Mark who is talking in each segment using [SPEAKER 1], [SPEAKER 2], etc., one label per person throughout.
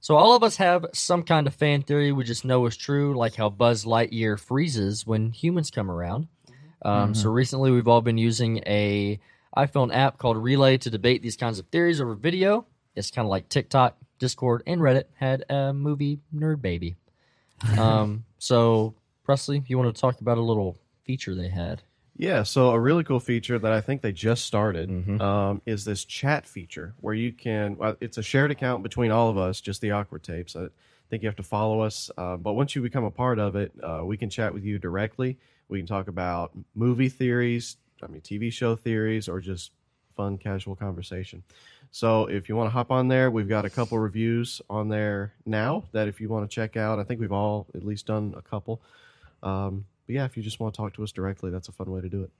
[SPEAKER 1] So all of us have some kind of fan theory we just know is true, like how Buzz Lightyear freezes when humans come around. Um, So recently, we've all been using a iPhone app called Relay to debate these kinds of theories over video. It's kind of like TikTok, Discord, and Reddit had a movie nerd baby. Um, so Presley, you want to talk about a little feature they had?
[SPEAKER 2] Yeah, so a really cool feature that I think they just started um, is this chat feature where you can. well, It's a shared account between all of us, just the awkward tapes. I think you have to follow us, uh, but once you become a part of it, uh, we can chat with you directly. We can talk about movie theories, I mean TV show theories, or just fun casual conversation. So if you want to hop on there, we've got a couple reviews on there now that if you want to check out, I think we've all at least done a couple. Um, but yeah, if you just want to talk to us directly, that's a fun way to do it.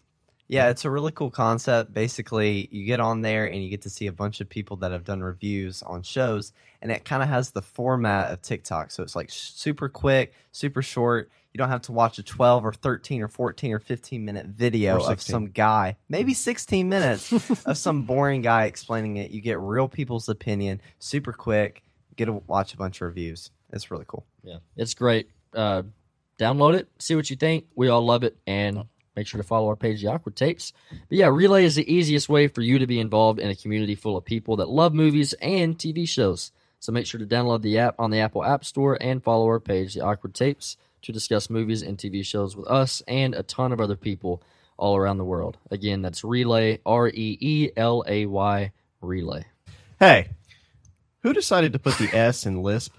[SPEAKER 3] Yeah, it's a really cool concept. Basically, you get on there and you get to see a bunch of people that have done reviews on shows, and it kind of has the format of TikTok. So it's like sh- super quick, super short. You don't have to watch a 12 or 13 or 14 or 15 minute video
[SPEAKER 2] Or
[SPEAKER 3] of
[SPEAKER 2] 16.
[SPEAKER 3] some guy,
[SPEAKER 4] Mm.
[SPEAKER 3] maybe 16 minutes of some boring guy explaining it. You get real people's opinion, super quick, get to watch a bunch of reviews. It's really cool.
[SPEAKER 1] Yeah, it's great. Uh, download it, see what you think. We all love it, and make sure to follow our page, The Awkward Tapes. But yeah, Relay is the easiest way for you to be involved in a community full of people that love movies and TV shows. So make sure to download the app on the Apple App Store and follow our page, The Awkward Tapes, to discuss movies and TV shows with us and a ton of other people all around the world. Again, that's Relay, R E E L A Y, Relay.
[SPEAKER 2] Hey, who decided to put the S in Lisp?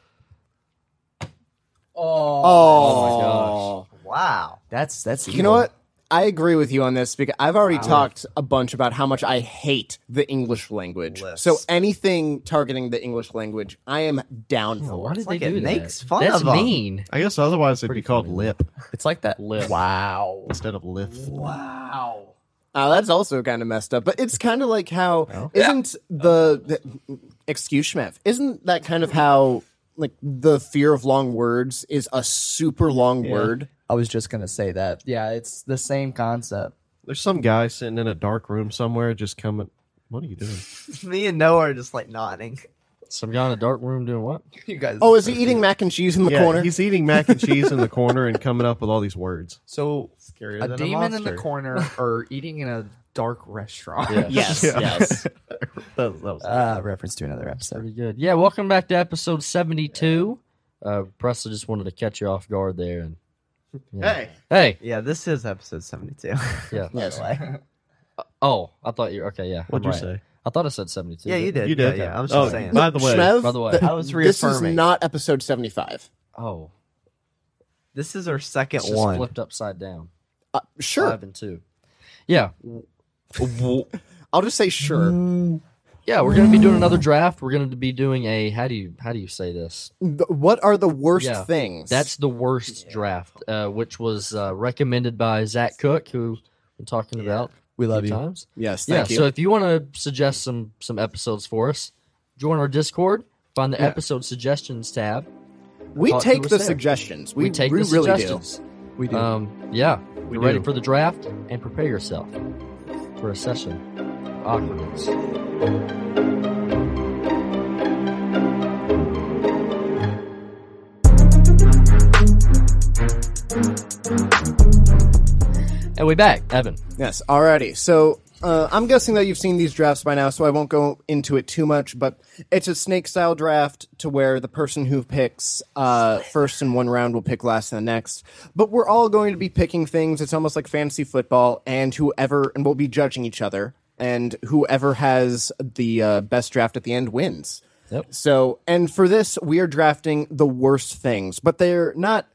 [SPEAKER 1] Oh
[SPEAKER 4] my gosh.
[SPEAKER 3] Wow.
[SPEAKER 4] That's that's you know what? I agree with you on this because I've already talked a bunch about how much I hate the English language.
[SPEAKER 3] Lisp.
[SPEAKER 4] So anything targeting the English language, I am down for.
[SPEAKER 1] Why did
[SPEAKER 3] like
[SPEAKER 1] they
[SPEAKER 3] it
[SPEAKER 1] do that?
[SPEAKER 3] makes fun
[SPEAKER 1] That's
[SPEAKER 3] of 'em.
[SPEAKER 1] mean.
[SPEAKER 2] I guess otherwise it'd be called lip
[SPEAKER 4] It's like that.
[SPEAKER 1] Lisp.
[SPEAKER 4] Wow.
[SPEAKER 2] instead of lith.
[SPEAKER 4] Wow. Uh, that's also kind of messed up, but it's kind of like how not the, the excuse schmeff? Isn't that kind of how like the fear of long words is a super long word?
[SPEAKER 5] I was just gonna say that. Yeah, it's the same concept.
[SPEAKER 2] There's some guy sitting in a dark room somewhere just coming. What are you doing?
[SPEAKER 3] Me and Noah are just like nodding.
[SPEAKER 1] Some guy in a dark room doing what?
[SPEAKER 5] You guys.
[SPEAKER 4] Oh, is he eating mac and cheese in the
[SPEAKER 2] yeah,
[SPEAKER 4] corner?
[SPEAKER 2] he's eating mac and cheese in the corner and coming up with all these words.
[SPEAKER 5] so
[SPEAKER 2] Scarier
[SPEAKER 5] a demon in the corner or eating in a dark restaurant.
[SPEAKER 4] Yes, yes.
[SPEAKER 2] That, that was
[SPEAKER 5] Uh, reference to another episode.
[SPEAKER 1] Pretty good. Yeah, welcome back to episode 72. Uh, Presley just wanted to catch you off guard there. And
[SPEAKER 2] hey.
[SPEAKER 1] Hey,
[SPEAKER 3] Yeah, this is episode 72.
[SPEAKER 1] yeah.
[SPEAKER 4] yes.
[SPEAKER 1] Oh, I thought you okay, yeah.
[SPEAKER 2] What'd
[SPEAKER 1] I'm
[SPEAKER 2] you
[SPEAKER 1] right.
[SPEAKER 2] say?
[SPEAKER 1] I thought I said 72.
[SPEAKER 3] Yeah, you
[SPEAKER 1] didn't-
[SPEAKER 3] did.
[SPEAKER 2] You did.
[SPEAKER 3] Yeah, yeah. I was just
[SPEAKER 2] Oh,
[SPEAKER 3] saying.
[SPEAKER 2] By the way,
[SPEAKER 4] Schmev,
[SPEAKER 1] By the way.
[SPEAKER 3] I was
[SPEAKER 4] this is
[SPEAKER 3] reaffirming.
[SPEAKER 4] not episode 75.
[SPEAKER 1] Oh,
[SPEAKER 3] This is our second
[SPEAKER 1] it's just
[SPEAKER 3] one.
[SPEAKER 1] flipped upside down.
[SPEAKER 4] Uh, sure.
[SPEAKER 1] Five and two. Yeah.
[SPEAKER 4] I'll just say sure.
[SPEAKER 1] Yeah, we're gonna be doing another draft. We're gonna be doing a how do you how do you say this?
[SPEAKER 4] Th- What are the worst
[SPEAKER 1] Yeah.
[SPEAKER 4] things?
[SPEAKER 1] That's the worst draft, uh, which was uh, recommended by Zach Cook, who we're talking about
[SPEAKER 5] We
[SPEAKER 1] a
[SPEAKER 5] love
[SPEAKER 1] few
[SPEAKER 5] you.
[SPEAKER 1] times.
[SPEAKER 4] yes, thank
[SPEAKER 1] yeah,
[SPEAKER 4] you.
[SPEAKER 1] so if you want to suggest some some episodes for us, join our Discord. Find the episode suggestions tab.
[SPEAKER 4] we
[SPEAKER 1] thought you
[SPEAKER 4] take
[SPEAKER 1] were
[SPEAKER 4] the
[SPEAKER 1] saying.
[SPEAKER 4] suggestions. We,
[SPEAKER 1] We, take
[SPEAKER 4] we
[SPEAKER 1] the
[SPEAKER 4] really do.
[SPEAKER 1] suggestions.
[SPEAKER 5] We do.
[SPEAKER 1] Um, yeah, we are
[SPEAKER 2] do.
[SPEAKER 1] ready for the draft and prepare yourself for a session of awkwardness. And we back, Evan.
[SPEAKER 4] Yes, alrighty. So uh, I'm guessing that you've seen these drafts by now, so I won't go into it too much, but it's a snake style draft to where the person who picks uh, first in one round will pick last in the next. But we're all going to be picking things. It's almost like fantasy football, and whoever, and we'll be judging each other, and whoever has the uh, best draft at the end wins.
[SPEAKER 1] Yep.
[SPEAKER 4] So, and for this, we are drafting the worst things, but they're not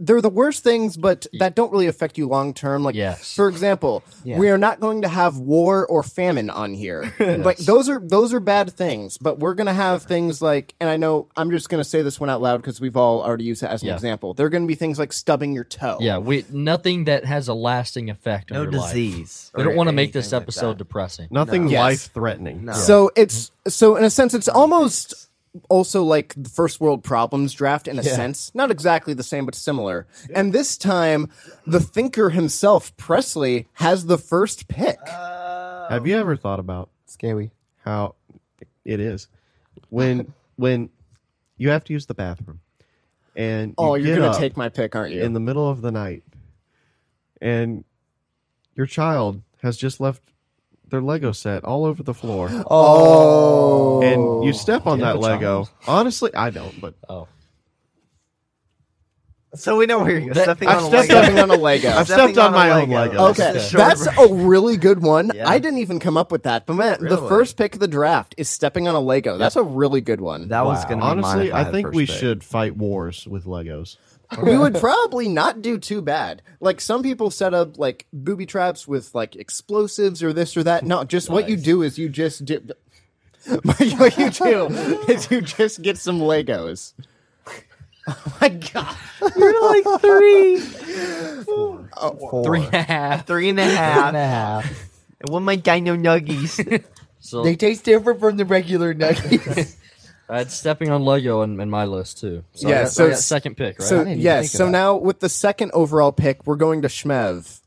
[SPEAKER 4] they're the worst things, but that don't really affect you long term. Like,
[SPEAKER 1] Yes.
[SPEAKER 4] for example, we are not going to have war or famine on here. Like those are those are bad things, but we're going to have things like, and I know I'm just going to say this one out loud because we've all already used it as an
[SPEAKER 1] Yeah.
[SPEAKER 4] example. There are going to be things like stubbing your toe.
[SPEAKER 1] Yeah, we nothing that has a lasting effect on
[SPEAKER 3] no
[SPEAKER 1] your life.
[SPEAKER 3] disease.
[SPEAKER 1] We
[SPEAKER 3] or
[SPEAKER 1] don't want to make this
[SPEAKER 3] anything like
[SPEAKER 1] episode
[SPEAKER 3] that.
[SPEAKER 1] depressing.
[SPEAKER 2] Nothing
[SPEAKER 4] No. Yes.
[SPEAKER 2] life threatening.
[SPEAKER 3] No.
[SPEAKER 4] Uh, So it's so in a sense, it's almost also like the first world problems draft in a sense. Not exactly the same, but similar. And this time, the thinker himself, Presley, has the first pick.
[SPEAKER 2] Have you ever thought about
[SPEAKER 4] Scary.
[SPEAKER 2] how it is when when you have to use the bathroom and you
[SPEAKER 4] Oh, you're
[SPEAKER 2] get
[SPEAKER 4] gonna
[SPEAKER 2] up
[SPEAKER 4] take my pick, aren't you?
[SPEAKER 2] in the middle of the night and your child has just left their Lego set all over the floor.
[SPEAKER 4] oh,
[SPEAKER 2] And you step on that Lego. Honestly, I don't, but
[SPEAKER 1] Oh,
[SPEAKER 3] So we know where you're
[SPEAKER 1] That-
[SPEAKER 3] stepping
[SPEAKER 2] I've
[SPEAKER 3] on.
[SPEAKER 2] stepped
[SPEAKER 3] a Lego.
[SPEAKER 4] stepping on a Lego.
[SPEAKER 2] I've stepped
[SPEAKER 3] Stepping
[SPEAKER 2] on
[SPEAKER 3] a
[SPEAKER 2] my own Lego.
[SPEAKER 4] Okay,
[SPEAKER 3] Just a short
[SPEAKER 4] that's a really good one.
[SPEAKER 3] Yeah.
[SPEAKER 4] I didn't even come up with that, but man, the
[SPEAKER 3] Really?
[SPEAKER 4] first pick of the draft is stepping on a Lego. That's a really good one.
[SPEAKER 3] That was gonna be mine
[SPEAKER 2] honestly,
[SPEAKER 3] if I,
[SPEAKER 2] I
[SPEAKER 3] had
[SPEAKER 2] think
[SPEAKER 3] first
[SPEAKER 2] we
[SPEAKER 3] pick.
[SPEAKER 2] should fight wars with Legos.
[SPEAKER 4] we would probably not do too bad. Like some people set up like booby traps with like explosives or this or that. No, just what you do is you just dip. what you do is you just get some Legos. Oh my god!
[SPEAKER 3] We're like three,
[SPEAKER 1] three and a half.
[SPEAKER 3] three and a half.
[SPEAKER 5] and a half.
[SPEAKER 3] I want my dino nuggies.
[SPEAKER 1] So
[SPEAKER 5] They taste different from the regular nuggies.
[SPEAKER 1] I had stepping on Lego in, in my list too. So
[SPEAKER 4] Yeah,
[SPEAKER 1] I got,
[SPEAKER 4] so
[SPEAKER 1] I got
[SPEAKER 4] s-
[SPEAKER 1] second pick, right?
[SPEAKER 4] So
[SPEAKER 5] didn't even
[SPEAKER 4] yes,
[SPEAKER 5] think of
[SPEAKER 4] so
[SPEAKER 5] that.
[SPEAKER 4] now with the second overall pick, we're going to Shmev.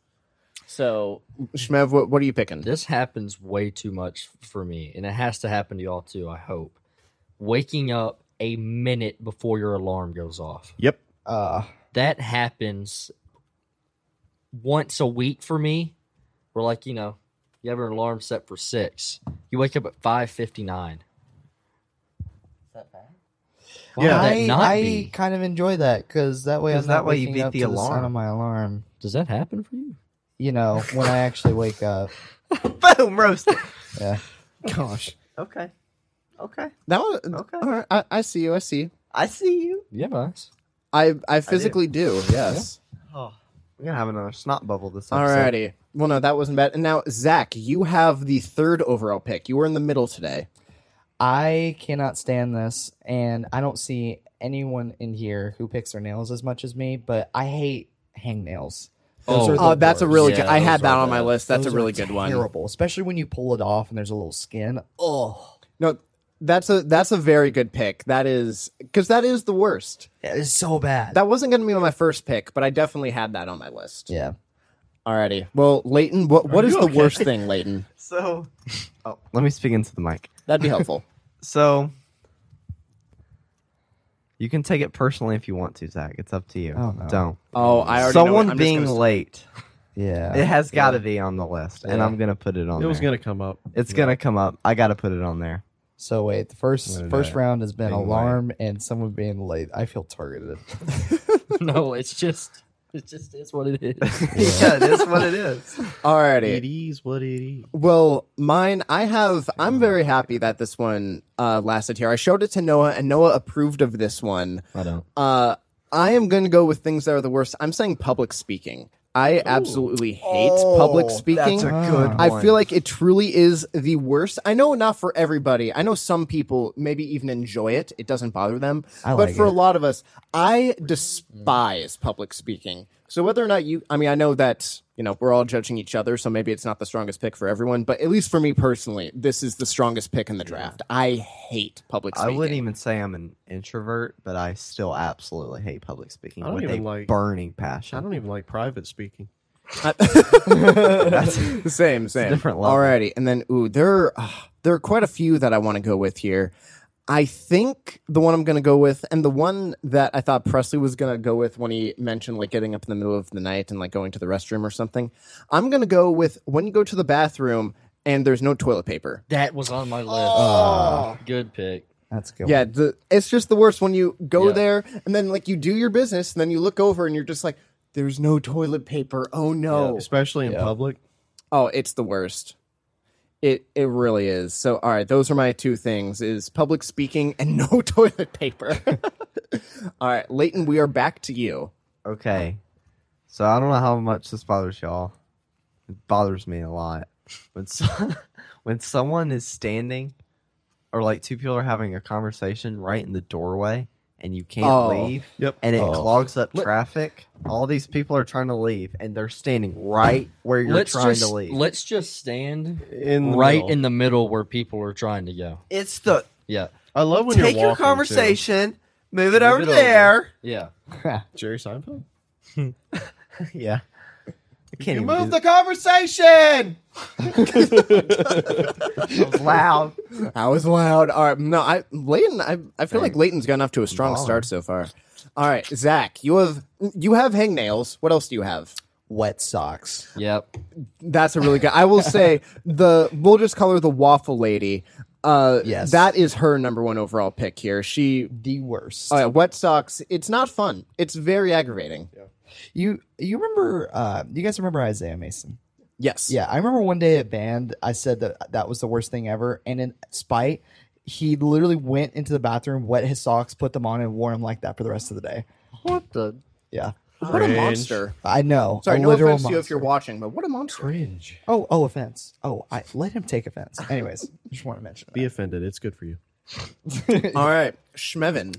[SPEAKER 4] So Shmev, what, what are you picking?
[SPEAKER 1] this happens way too much for me, and it has to happen to y'all too. I hope. Waking up a minute before your alarm goes off.
[SPEAKER 2] Yep.
[SPEAKER 5] uh,
[SPEAKER 1] that happens once a week for me. We're like, you know, you have an alarm set for six. You wake up at five fifty nine.
[SPEAKER 2] Yeah.
[SPEAKER 1] that
[SPEAKER 5] I,
[SPEAKER 1] not
[SPEAKER 5] I
[SPEAKER 1] be?
[SPEAKER 5] kind of enjoy that because that way
[SPEAKER 3] 'Cause
[SPEAKER 5] I'm not
[SPEAKER 3] that way you
[SPEAKER 5] waking
[SPEAKER 3] beat
[SPEAKER 5] up
[SPEAKER 3] the
[SPEAKER 5] to sound
[SPEAKER 3] alarm.
[SPEAKER 5] of my alarm.
[SPEAKER 1] Does that happen for you?
[SPEAKER 5] You know when I actually wake up.
[SPEAKER 3] Boom, roasted.
[SPEAKER 5] Yeah.
[SPEAKER 4] Gosh,
[SPEAKER 3] Okay, okay.
[SPEAKER 4] that was
[SPEAKER 3] Okay.
[SPEAKER 4] All right, I, I see you. I see. You.
[SPEAKER 3] I see you.
[SPEAKER 1] You have eyes.
[SPEAKER 4] I I physically do. Yes.
[SPEAKER 3] Oh, we're gonna have another snot bubble this episode.
[SPEAKER 4] Alrighty. Well, no, that wasn't bad. And now, Zach, you have the third overall pick. You were in the middle today.
[SPEAKER 5] I cannot stand this, and I don't see anyone in here who picks their nails as much as me. But I hate hangnails.
[SPEAKER 1] Oh.
[SPEAKER 5] Those are the
[SPEAKER 4] Oh, that's a
[SPEAKER 5] worst.
[SPEAKER 4] really
[SPEAKER 1] Yeah,
[SPEAKER 4] good. I had
[SPEAKER 1] those
[SPEAKER 4] that
[SPEAKER 1] are
[SPEAKER 4] on my
[SPEAKER 1] bad.
[SPEAKER 4] list. That's
[SPEAKER 5] Those
[SPEAKER 4] a
[SPEAKER 5] are
[SPEAKER 4] really good one.
[SPEAKER 5] Terrible, especially when you pull it off and there's a little skin. Oh,
[SPEAKER 4] No, that's a that's a very good pick. That is because that is the worst.
[SPEAKER 5] it's so bad.
[SPEAKER 4] That wasn't going to be my first pick, but I definitely had that on my list.
[SPEAKER 5] yeah.
[SPEAKER 4] Alrighty. Well, Leighton, what what is
[SPEAKER 2] you
[SPEAKER 4] the
[SPEAKER 2] okay?
[SPEAKER 4] worst thing, Leighton?
[SPEAKER 3] So, oh, let me speak into the mic.
[SPEAKER 4] That'd be helpful.
[SPEAKER 3] So, you can take it personally if you want to, Zach. It's up to you.
[SPEAKER 5] Oh, no.
[SPEAKER 3] Don't.
[SPEAKER 4] oh, I already
[SPEAKER 3] Someone
[SPEAKER 4] know it. I'm just
[SPEAKER 3] being
[SPEAKER 4] gonna-
[SPEAKER 3] late.
[SPEAKER 5] Yeah.
[SPEAKER 3] It has got to be on the list, and I'm gonna put it on.
[SPEAKER 2] It was
[SPEAKER 3] there.
[SPEAKER 2] going to come up.
[SPEAKER 3] It's gonna come up. I gotta put it on there.
[SPEAKER 5] So wait, the first
[SPEAKER 2] Wait a
[SPEAKER 5] first
[SPEAKER 2] minute.
[SPEAKER 5] round has been
[SPEAKER 3] Being
[SPEAKER 5] alarm and someone being late. I feel targeted.
[SPEAKER 1] no, it's just it's just it's what it is.
[SPEAKER 3] Yeah, it is what it is.
[SPEAKER 4] Alrighty.
[SPEAKER 2] It is what it is.
[SPEAKER 4] Well, mine, I have. I'm very happy that this one uh, lasted here. I showed it to Noah, and Noah approved of this one.
[SPEAKER 1] I don't.
[SPEAKER 4] Uh, I am going to go with things that are the worst. I'm saying public speaking. I absolutely hate public speaking.
[SPEAKER 3] Oh, That's a good.
[SPEAKER 4] I
[SPEAKER 3] one.
[SPEAKER 4] feel like it truly is the worst. I know not for everybody. I know some people maybe even enjoy it. It doesn't bother them.
[SPEAKER 5] I
[SPEAKER 4] but
[SPEAKER 5] like
[SPEAKER 4] for a
[SPEAKER 5] it.
[SPEAKER 4] lot of us, I despise public speaking. So whether or not you I mean I know that, you know, we're all judging each other, so maybe it's not the strongest pick for everyone, but at least for me personally, this is the strongest pick in the draft. I hate public
[SPEAKER 3] I
[SPEAKER 4] speaking.
[SPEAKER 3] wouldn't even say I'm an introvert, but I still absolutely hate public speaking
[SPEAKER 2] I don't
[SPEAKER 3] with
[SPEAKER 2] even
[SPEAKER 3] a
[SPEAKER 2] like-
[SPEAKER 3] burning
[SPEAKER 2] I
[SPEAKER 3] passion.
[SPEAKER 2] don't even like private speaking.
[SPEAKER 4] same, same.
[SPEAKER 3] different level.
[SPEAKER 4] Alrighty, and then ooh, there are, uh, there are quite a few that I want to go with here. I think the one I'm going to go with, and the one that I thought Presley was going to go with when he mentioned like getting up in the middle of the night and like going to the restroom or something, I'm going to go with when you go to the bathroom and there's no toilet paper.
[SPEAKER 1] That was on my list. Ah.
[SPEAKER 3] Oh.
[SPEAKER 1] Good pick.
[SPEAKER 5] That's a good.
[SPEAKER 4] Yeah, the, it's just the worst when you go
[SPEAKER 1] Yeah.
[SPEAKER 4] there and then like you do your business and then you look over and you're just like, there's no toilet paper. Oh no.
[SPEAKER 2] Especially in public.
[SPEAKER 4] Oh, it's the worst. It it really is. So all right, those are my two things is public speaking and no toilet paper. all right, Leighton, we are back to you.
[SPEAKER 3] Okay. So I don't know how much this bothers y'all. It bothers me a lot. When so- when someone is standing or like two people are having a conversation right in the doorway and you can't
[SPEAKER 4] Oh.
[SPEAKER 3] leave
[SPEAKER 2] Yep.
[SPEAKER 3] and it
[SPEAKER 1] Oh.
[SPEAKER 3] clogs up
[SPEAKER 1] Let-
[SPEAKER 3] traffic. All these people are trying to leave and they're standing right where you're
[SPEAKER 1] let's
[SPEAKER 3] trying
[SPEAKER 1] just
[SPEAKER 3] to leave.
[SPEAKER 1] let's just stand
[SPEAKER 2] In the
[SPEAKER 1] right
[SPEAKER 2] middle.
[SPEAKER 1] in the middle where people are trying to go.
[SPEAKER 3] it's the
[SPEAKER 1] Yeah,
[SPEAKER 2] I love when
[SPEAKER 3] take
[SPEAKER 2] you're
[SPEAKER 3] your
[SPEAKER 2] walking, too.
[SPEAKER 3] conversation, move
[SPEAKER 2] Move
[SPEAKER 3] it over
[SPEAKER 2] it over.
[SPEAKER 3] there.
[SPEAKER 1] yeah.
[SPEAKER 2] Jerry Seinfeld.
[SPEAKER 3] Yeah. I can't
[SPEAKER 2] You
[SPEAKER 3] even
[SPEAKER 2] move the conversation.
[SPEAKER 3] the loud.
[SPEAKER 4] I was loud. All right, no, I Leighton. I, I feel like Leighton's gotten off to a strong
[SPEAKER 3] Baller.
[SPEAKER 4] start so far. All right, Zach, you have you have hangnails. What else do you have?
[SPEAKER 5] Wet socks.
[SPEAKER 1] Yep.
[SPEAKER 4] That's a really good. I will say the we'll just call her the waffle lady. Uh,
[SPEAKER 5] Yes.
[SPEAKER 4] that is her number one overall pick here. She,
[SPEAKER 5] The worst.
[SPEAKER 4] oh yeah, wet socks. It's not fun. It's very aggravating.
[SPEAKER 5] You you remember? Uh, you guys remember Isaiah Mason?
[SPEAKER 4] Yes.
[SPEAKER 5] Yeah, I remember one day at band, I said that that was the worst thing ever, and in spite, he literally went into the bathroom, wet his socks, put them on, and wore them like that for the rest of the day.
[SPEAKER 1] What the?
[SPEAKER 5] Yeah,
[SPEAKER 4] What a
[SPEAKER 2] Cringe.
[SPEAKER 4] monster.
[SPEAKER 5] I know.
[SPEAKER 4] Sorry,
[SPEAKER 5] a
[SPEAKER 4] no
[SPEAKER 5] literal
[SPEAKER 4] offense to you if
[SPEAKER 5] monster.
[SPEAKER 4] you're watching, but what a monster.
[SPEAKER 2] Cringe.
[SPEAKER 5] Oh, oh, offense. Oh, I let him take offense. Anyways, just want to mention
[SPEAKER 2] Be
[SPEAKER 5] that.
[SPEAKER 2] offended. It's good for you.
[SPEAKER 4] All right, Schmevin.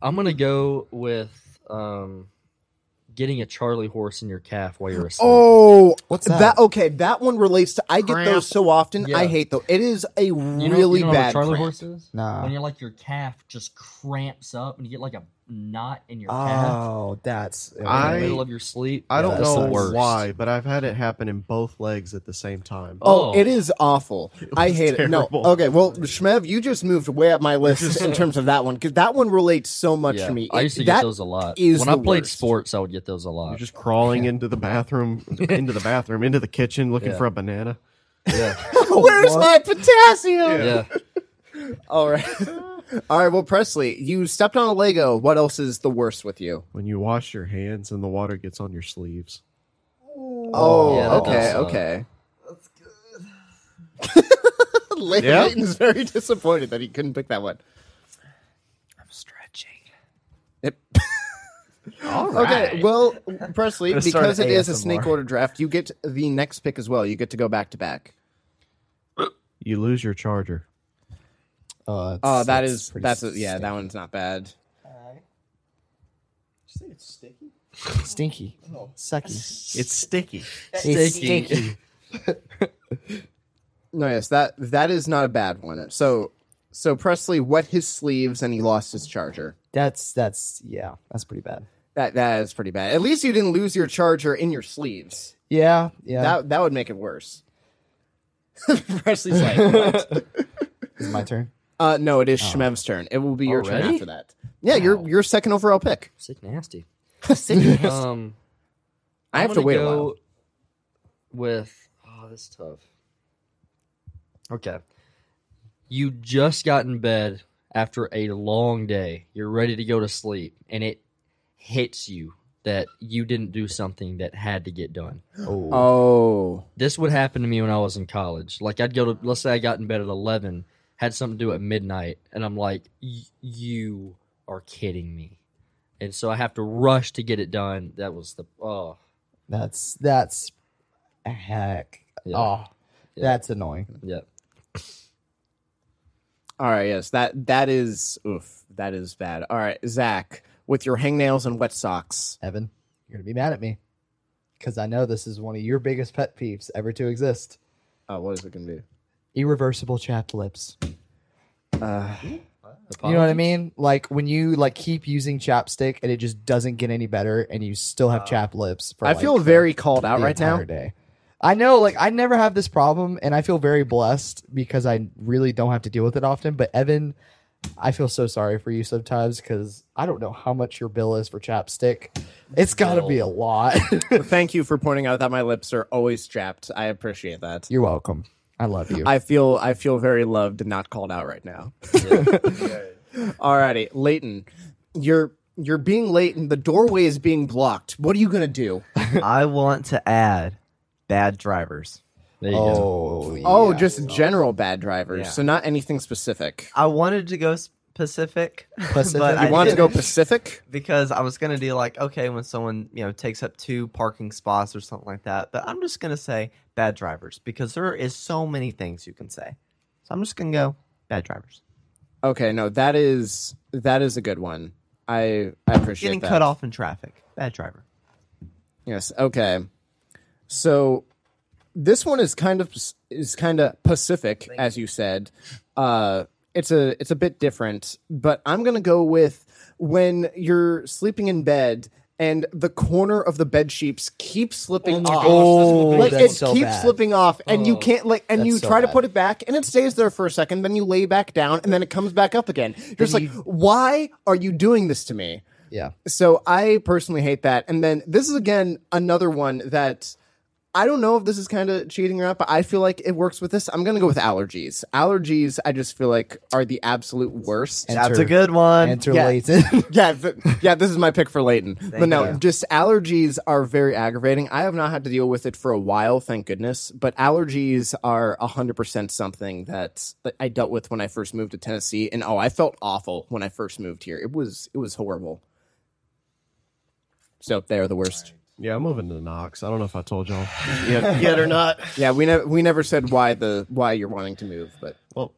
[SPEAKER 1] I'm gonna go with um, getting a Charlie horse in your calf while you're asleep.
[SPEAKER 4] Oh,
[SPEAKER 5] What's that?
[SPEAKER 4] Okay, that one relates to. I get
[SPEAKER 2] Cramp.
[SPEAKER 4] those so often.
[SPEAKER 1] Yeah.
[SPEAKER 4] I hate though. It is a
[SPEAKER 1] You know-
[SPEAKER 4] really
[SPEAKER 1] you know what a
[SPEAKER 4] bad.
[SPEAKER 1] Charlie
[SPEAKER 4] cramp.
[SPEAKER 1] horse is?
[SPEAKER 5] Nah.
[SPEAKER 1] When you're like your calf just cramps up and you get like a knot in your calf
[SPEAKER 5] Oh, that's
[SPEAKER 4] Ah,
[SPEAKER 1] in the
[SPEAKER 2] I-
[SPEAKER 1] middle of your sleep.
[SPEAKER 2] I don't
[SPEAKER 5] that
[SPEAKER 2] know
[SPEAKER 5] sucks.
[SPEAKER 1] Worst.
[SPEAKER 2] why, but I've had it happen in both legs at the same time.
[SPEAKER 4] Oh,
[SPEAKER 1] Oh.
[SPEAKER 4] it is awful. I hate it.
[SPEAKER 2] terrible.
[SPEAKER 4] No. Okay, well, Shmev, you just moved way up my list in terms of that one because that one relates so much
[SPEAKER 1] Yeah.
[SPEAKER 4] to me.
[SPEAKER 1] I
[SPEAKER 4] It-
[SPEAKER 1] used to
[SPEAKER 4] that
[SPEAKER 1] get those a lot.
[SPEAKER 4] is
[SPEAKER 1] when I
[SPEAKER 4] the
[SPEAKER 1] played
[SPEAKER 4] worst.
[SPEAKER 1] sports, I would get those a lot.
[SPEAKER 2] You're just crawling into the bathroom, into the bathroom, into the kitchen, looking
[SPEAKER 1] Yeah.
[SPEAKER 2] for a banana.
[SPEAKER 4] Where's my potassium?
[SPEAKER 1] yeah.
[SPEAKER 4] All right. All right. Well, Presley, you stepped on a Lego. What else is the worst with you?
[SPEAKER 2] When you wash your hands and the water gets on your sleeves.
[SPEAKER 4] Oh,
[SPEAKER 1] Yeah, that does
[SPEAKER 4] okay,
[SPEAKER 1] suck.
[SPEAKER 4] okay. That's good. Leighton,
[SPEAKER 2] Yeah?
[SPEAKER 4] Leighton's very disappointed that he couldn't pick that one. I'm stretching.
[SPEAKER 3] All
[SPEAKER 4] Okay, well, Presley,
[SPEAKER 3] Gonna start
[SPEAKER 4] because it is a
[SPEAKER 3] ASMR.
[SPEAKER 4] snake order draft, you get the next pick as well. You get to go back to back.
[SPEAKER 2] You lose your charger.
[SPEAKER 5] Oh,
[SPEAKER 4] Oh, that is that's a, yeah, that one's not bad.
[SPEAKER 5] stinky, sucky.
[SPEAKER 2] It's sticky.
[SPEAKER 5] It's
[SPEAKER 1] Sticky.
[SPEAKER 5] stinky.
[SPEAKER 4] No, yes, that that is not a bad one. So, so Presley wet his sleeves and he lost his charger.
[SPEAKER 5] That's that's yeah, that's pretty bad.
[SPEAKER 4] That that is pretty bad. At least you didn't lose your charger in your sleeves.
[SPEAKER 5] Yeah, yeah.
[SPEAKER 4] That that would make it worse. Presley's like, what?
[SPEAKER 5] It's my turn.
[SPEAKER 4] uh, no, it is Shmev's turn. It will be your turn
[SPEAKER 1] Already?
[SPEAKER 4] after that. Yeah, your your second overall pick.
[SPEAKER 1] Sick nasty.
[SPEAKER 4] I
[SPEAKER 1] Um,
[SPEAKER 4] have to wait a while.
[SPEAKER 1] With oh, that's tough. Okay, you just got in bed after a long day. You're ready to go to sleep, and it hits you that you didn't do something that had to get done.
[SPEAKER 5] Oh,
[SPEAKER 4] Oh,
[SPEAKER 1] This would happen to me when I was in college. Like I'd go to, let's say I got in bed at eleven, had something to do at midnight, and I'm like, "Y- you are kidding me. And so I have to rush to get it done. That was the oh
[SPEAKER 5] that's that's heck.
[SPEAKER 1] Yeah.
[SPEAKER 5] Oh, that's annoying.
[SPEAKER 1] yeah.
[SPEAKER 4] all right. Yes, that that is oof. That is bad. All right, Zach, with your hangnails and wet socks.
[SPEAKER 5] Evan, you're gonna be mad at me because I know this is one of your biggest pet peeves ever to exist.
[SPEAKER 4] Oh, what is it gonna be?
[SPEAKER 5] Irreversible chapped lips.
[SPEAKER 4] Uh,
[SPEAKER 5] You know what I mean? Like when you like keep using chapstick and it just doesn't get any better, and you still have chapped lips. For,
[SPEAKER 4] Uh, I
[SPEAKER 5] like,
[SPEAKER 4] feel
[SPEAKER 5] the-
[SPEAKER 4] very called out
[SPEAKER 5] the
[SPEAKER 4] right now.
[SPEAKER 5] entire Day. I know, like I never have this problem, and I feel very blessed because I really don't have to deal with it often. But Evan, I feel so sorry for you sometimes because I don't know how much your bill is for chapstick. It's got to be a lot.
[SPEAKER 4] Thank you for pointing out that my lips are always strapped. I appreciate that.
[SPEAKER 5] You're welcome. I love you.
[SPEAKER 4] I feel I feel very loved and not called out right now. Alrighty, Leighton, you're you're being late and the doorway is being blocked. What are you gonna do?
[SPEAKER 3] I want to add bad drivers.
[SPEAKER 1] There you go.
[SPEAKER 5] oh,
[SPEAKER 4] Oh,
[SPEAKER 5] yeah.
[SPEAKER 4] just general bad drivers,
[SPEAKER 3] Yeah.
[SPEAKER 4] so not anything specific.
[SPEAKER 3] I wanted to go s- Pacific.
[SPEAKER 5] Pacific?
[SPEAKER 3] but
[SPEAKER 5] You
[SPEAKER 4] You
[SPEAKER 3] I
[SPEAKER 4] want to go
[SPEAKER 3] didn't
[SPEAKER 4] Pacific?
[SPEAKER 3] because I was gonna do like okay when someone you know takes up two parking spots or something like that. But I'm just gonna say bad drivers because there is so many things you can say. So I'm just gonna go bad drivers.
[SPEAKER 4] Okay, no, that is that is a good one. I I appreciate
[SPEAKER 3] Getting
[SPEAKER 4] that.
[SPEAKER 3] cut off in traffic, bad driver.
[SPEAKER 4] Yes. Okay. So this one is kind of is kind of Pacific, as you said. Uh, it's a it's a bit different, but I'm gonna go with when you're sleeping in bed and the corner of the bed sheets keeps slipping off.
[SPEAKER 5] Oh,
[SPEAKER 4] like it
[SPEAKER 5] that's
[SPEAKER 4] keeps
[SPEAKER 5] so bad. Oh,
[SPEAKER 4] slipping off, and you can't like, and
[SPEAKER 5] that's
[SPEAKER 4] you
[SPEAKER 5] so
[SPEAKER 4] try to
[SPEAKER 5] bad.
[SPEAKER 4] put it back, and it stays there for a second. Then you lay back down, and then it comes back up again. You're just like, why are you doing this to me?
[SPEAKER 5] Yeah.
[SPEAKER 4] So I personally hate that. And then this is again another one that I don't know if this is kind of cheating or not, but I feel like it works with this. I'm gonna go with allergies. Allergies, I just feel like are the absolute worst.
[SPEAKER 3] That's a good one.
[SPEAKER 5] Enter
[SPEAKER 4] Yeah.
[SPEAKER 5] Leighton.
[SPEAKER 4] yeah, th- yeah. This is my pick for Leighton. but no,
[SPEAKER 3] you.
[SPEAKER 4] just allergies are very aggravating. I have not had to deal with it for a while, thank goodness. But allergies are hundred percent something that that I dealt with when I first moved to Tennessee, and oh, I felt awful when I first moved here. It was it was horrible. So they are the worst.
[SPEAKER 2] Yeah, I'm moving to Knox. I don't know if I told y'all yet, yet or not.
[SPEAKER 4] Yeah, we never we never said why the why you're wanting to move, but
[SPEAKER 2] Well,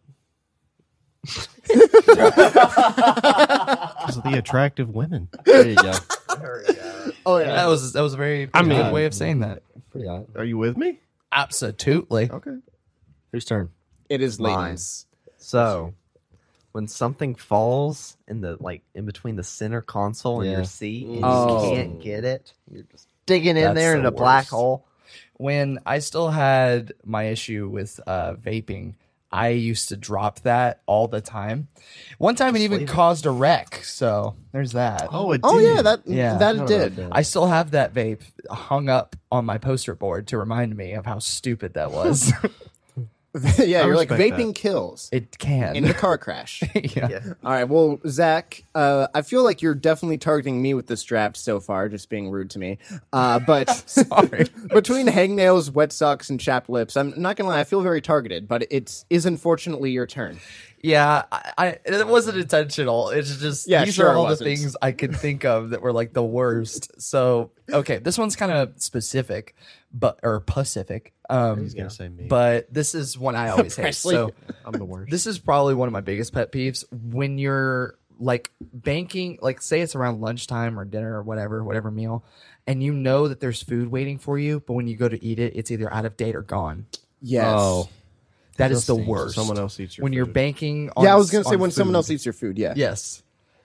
[SPEAKER 2] because of the attractive women.
[SPEAKER 1] There you go.
[SPEAKER 4] oh
[SPEAKER 3] That was that was a very
[SPEAKER 2] I mean-
[SPEAKER 3] good way of saying that.
[SPEAKER 1] Pretty hot.
[SPEAKER 2] Are you with me?
[SPEAKER 5] Absolutely.
[SPEAKER 2] Okay.
[SPEAKER 1] Whose turn?
[SPEAKER 4] it is
[SPEAKER 3] Mine.
[SPEAKER 4] Leighton's.
[SPEAKER 3] So when something falls in the like in between the center console and
[SPEAKER 1] Yeah.
[SPEAKER 3] your seat, and
[SPEAKER 4] Oh.
[SPEAKER 3] you can't get it. You're just digging in
[SPEAKER 5] That's
[SPEAKER 3] there
[SPEAKER 5] the
[SPEAKER 3] in a black
[SPEAKER 5] worst.
[SPEAKER 3] hole.
[SPEAKER 5] When I still had my issue with uh, vaping, I used to drop that all the time. One time it even caused a wreck. So there's that.
[SPEAKER 2] Oh, it
[SPEAKER 4] Oh
[SPEAKER 2] did.
[SPEAKER 4] yeah, that
[SPEAKER 5] Yeah.
[SPEAKER 4] that
[SPEAKER 1] I
[SPEAKER 4] it
[SPEAKER 1] don't know
[SPEAKER 4] did.
[SPEAKER 1] about that.
[SPEAKER 5] I still have that vape hung up on my poster board to remind me of how stupid that was.
[SPEAKER 4] yeah,
[SPEAKER 2] I
[SPEAKER 4] you're like
[SPEAKER 2] respect
[SPEAKER 4] vaping kills
[SPEAKER 5] it
[SPEAKER 4] in the
[SPEAKER 5] can.
[SPEAKER 4] car crash.
[SPEAKER 5] yeah.
[SPEAKER 4] All right. Well, Zach, uh, I feel like you're definitely targeting me with this draft so far, just being rude to me. Uh, but
[SPEAKER 5] Sorry.
[SPEAKER 4] between hangnails, wet socks, and chapped lips, I'm not gonna lie. I feel very targeted, but it is unfortunately your turn.
[SPEAKER 5] Yeah, I, I it wasn't intentional. It's just
[SPEAKER 4] Yeah,
[SPEAKER 5] these
[SPEAKER 4] sure
[SPEAKER 5] are
[SPEAKER 4] it
[SPEAKER 5] all the
[SPEAKER 4] wasn't.
[SPEAKER 5] things I could think of that were like the worst. So okay, this one's kind of specific, but or Pacific. Um,
[SPEAKER 2] He's gonna say me.
[SPEAKER 5] but this is one I always hate.
[SPEAKER 4] Presley.
[SPEAKER 5] So
[SPEAKER 2] I'm the worst.
[SPEAKER 5] this is probably one of my biggest pet peeves when you're like banking, like say it's around lunchtime or dinner or whatever, whatever meal, and you know that there's food waiting for you, but when you go to eat it, it's either out of date or gone.
[SPEAKER 4] Yes.
[SPEAKER 1] Oh,
[SPEAKER 5] That is the
[SPEAKER 1] Disgusting. So
[SPEAKER 5] worst.
[SPEAKER 2] Someone else eats your
[SPEAKER 5] when you're
[SPEAKER 2] food.
[SPEAKER 5] banking. on
[SPEAKER 4] yeah, I was gonna say
[SPEAKER 5] on
[SPEAKER 4] when someone
[SPEAKER 5] food.
[SPEAKER 4] else eats your food. Yeah.
[SPEAKER 5] Yes.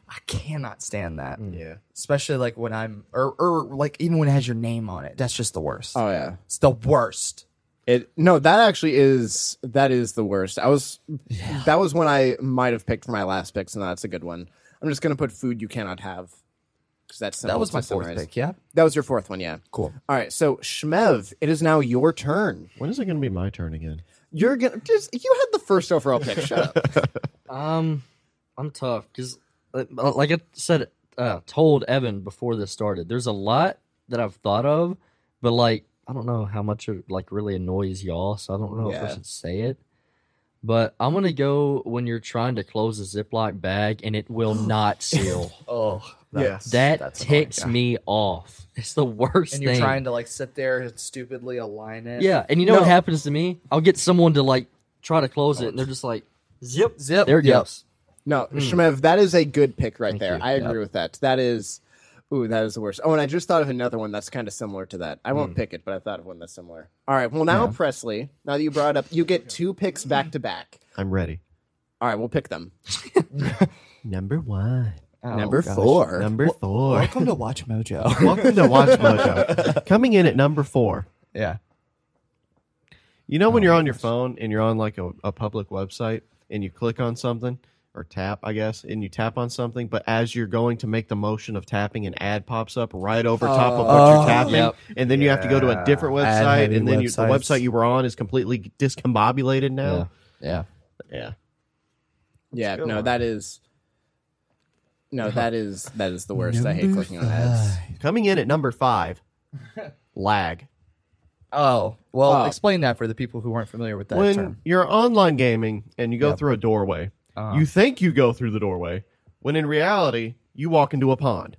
[SPEAKER 5] I cannot stand that.
[SPEAKER 2] Yeah.
[SPEAKER 5] Especially like when I'm or or like even when it has your name on it. That's just the worst.
[SPEAKER 4] Oh yeah.
[SPEAKER 5] it's the worst.
[SPEAKER 4] It no, that actually is that is the worst. I was that was one I might have picked for my last pick, so that's a good one. I'm just gonna put food you cannot have because that's
[SPEAKER 5] That was my fourth pick, yeah.
[SPEAKER 4] That was your fourth one, yeah.
[SPEAKER 5] Cool.
[SPEAKER 4] All right, so Shmev, it is now your turn.
[SPEAKER 2] When is it gonna be my turn again?
[SPEAKER 4] You're gonna just you had the first overall pick. Shut up.
[SPEAKER 1] Um, I'm tough because, like I said, uh, told Evan before this started. There's a lot that I've thought of, but like I don't know how much it like really annoys y'all, so I don't know if
[SPEAKER 4] Yeah.
[SPEAKER 1] I should say it. But I'm gonna go when you're trying to close a Ziploc bag and it will not seal.
[SPEAKER 5] Oh.
[SPEAKER 2] Yes.
[SPEAKER 1] that
[SPEAKER 5] That's annoying,
[SPEAKER 1] ticks
[SPEAKER 5] yeah.
[SPEAKER 1] me off. It's the worst
[SPEAKER 5] And you're
[SPEAKER 1] thing.
[SPEAKER 5] trying to like sit there and stupidly align it.
[SPEAKER 1] yeah, and you know
[SPEAKER 4] No.
[SPEAKER 1] what happens to me? I'll get someone to like try to close it, and they're just like, "Zip,
[SPEAKER 5] Zip.
[SPEAKER 1] There it
[SPEAKER 5] Yep.
[SPEAKER 1] goes.
[SPEAKER 4] No,
[SPEAKER 5] Hmm.
[SPEAKER 4] Shmev, that is a good pick right there.
[SPEAKER 1] you.
[SPEAKER 4] I agree with that. That is ooh, that is the worst. Oh, and I just thought of another one that's kind of similar to that. I won't
[SPEAKER 5] Hmm.
[SPEAKER 4] pick it, but I thought of one that's similar. All right, well now Presley, now that you brought it up, you get two picks back to back.
[SPEAKER 2] I'm ready.
[SPEAKER 4] All right, we'll pick them.
[SPEAKER 2] Number one.
[SPEAKER 5] Oh,
[SPEAKER 4] Number
[SPEAKER 5] gosh.
[SPEAKER 4] four.
[SPEAKER 2] Number four.
[SPEAKER 5] Welcome to Watch Mojo.
[SPEAKER 2] Welcome to Watch Mojo. Coming in at number four.
[SPEAKER 5] yeah.
[SPEAKER 2] You know when
[SPEAKER 5] Oh,
[SPEAKER 2] you're on your phone and you're on like a, a public website and you click on something or tap, I guess, and you tap on something, but as you're going to make the motion of tapping, an ad pops up right over top of what
[SPEAKER 5] Oh.
[SPEAKER 2] you're tapping,
[SPEAKER 1] Yep.
[SPEAKER 2] and then you have to go to a different
[SPEAKER 5] Yeah.
[SPEAKER 2] website,
[SPEAKER 5] Ad-heavy
[SPEAKER 2] and then you, the
[SPEAKER 5] websites.
[SPEAKER 2] website you were on is completely discombobulated now.
[SPEAKER 5] Yeah.
[SPEAKER 2] Yeah,
[SPEAKER 4] Yeah, no, that is no, that is that is the worst. I hate clicking on ads.
[SPEAKER 2] coming in at number five, lag.
[SPEAKER 5] Oh. Well,
[SPEAKER 4] Oh.
[SPEAKER 5] explain that for the people who aren't familiar with that
[SPEAKER 2] when
[SPEAKER 5] term.
[SPEAKER 2] you're online gaming and you go through a doorway
[SPEAKER 3] Uh-huh.
[SPEAKER 2] You think you go through the doorway, when in reality, you walk into a pond.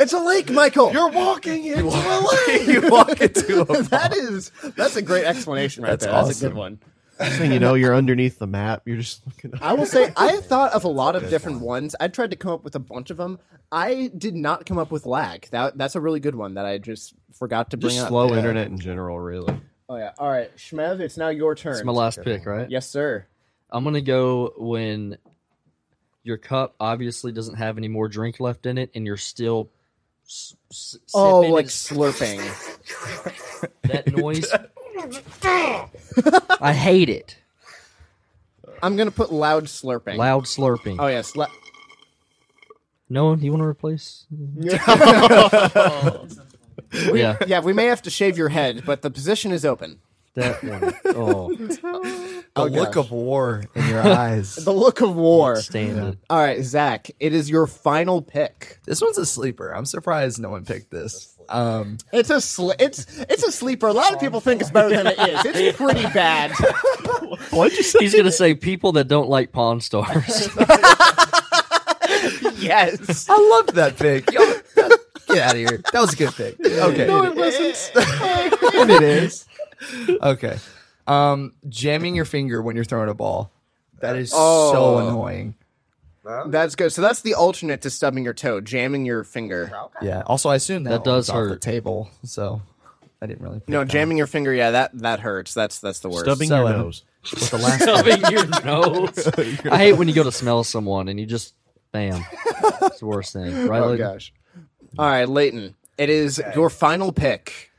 [SPEAKER 4] It's a lake, Michael.
[SPEAKER 2] You're walking into a lake.
[SPEAKER 4] you walk into a that is that's a great explanation right there. That's a good one.
[SPEAKER 2] Next thing you know, you're underneath the map. You're just looking.
[SPEAKER 4] I will say I thought of a lot of different ones. I tried to come up with a bunch of them. I did not come up with lag. That that's a really good one that I just forgot to bring
[SPEAKER 2] Just
[SPEAKER 4] up.
[SPEAKER 2] slow internet in general, really.
[SPEAKER 4] Oh yeah. All right, Shmev, it's now your turn.
[SPEAKER 1] It's my last pick, right?
[SPEAKER 4] Yes, sir.
[SPEAKER 1] I'm gonna go when your cup obviously doesn't have any more drink left in it, and you're still s- s-
[SPEAKER 4] Oh,
[SPEAKER 1] sipping
[SPEAKER 4] like
[SPEAKER 1] and-
[SPEAKER 4] slurping.
[SPEAKER 1] that noise. I hate it.
[SPEAKER 4] I'm gonna put loud slurping.
[SPEAKER 1] Loud slurping.
[SPEAKER 4] Oh yes. La-
[SPEAKER 1] No one, you want to replace? yeah,
[SPEAKER 4] yeah, we may have to shave your head, but the position is open.
[SPEAKER 1] that one. Oh,
[SPEAKER 3] The
[SPEAKER 4] Oh,
[SPEAKER 3] look
[SPEAKER 4] gosh.
[SPEAKER 3] of war in your eyes.
[SPEAKER 4] The look of war.
[SPEAKER 1] stand it.
[SPEAKER 4] All right, Zach, it is your final pick.
[SPEAKER 3] this one's a sleeper. I'm surprised no one picked this. Um,
[SPEAKER 4] It's a sl- it's it's a sleeper. A lot of people think it's better than it is. It's pretty bad.
[SPEAKER 2] What'd you say?
[SPEAKER 1] He's gonna say people that don't like Pawn Stars.
[SPEAKER 4] yes.
[SPEAKER 3] I loved that pick. Y'all, get out of here. That was a good pick. Okay. No, it wasn't. it is. Okay. Um, jamming your finger when you're throwing a ball. That is
[SPEAKER 4] Oh.
[SPEAKER 3] so annoying.
[SPEAKER 4] That's good. So that's the alternate to stubbing your toe, jamming your finger.
[SPEAKER 3] Yeah. Also, I assume that,
[SPEAKER 1] That does
[SPEAKER 3] one's off the
[SPEAKER 1] hurt.
[SPEAKER 3] table. So I didn't really. pick
[SPEAKER 4] No,
[SPEAKER 3] that.
[SPEAKER 4] jamming your finger, yeah, that that hurts. That's that's the worst. Oh
[SPEAKER 2] Stubbing
[SPEAKER 3] So,
[SPEAKER 2] your
[SPEAKER 3] um,
[SPEAKER 2] nose.
[SPEAKER 3] With the last
[SPEAKER 1] Stubbing your nose. I hate when you go to smell someone and you just bam. It's the worst thing, right?
[SPEAKER 4] Oh
[SPEAKER 1] Layden?
[SPEAKER 4] gosh. All right, Leighton. It is your final pick.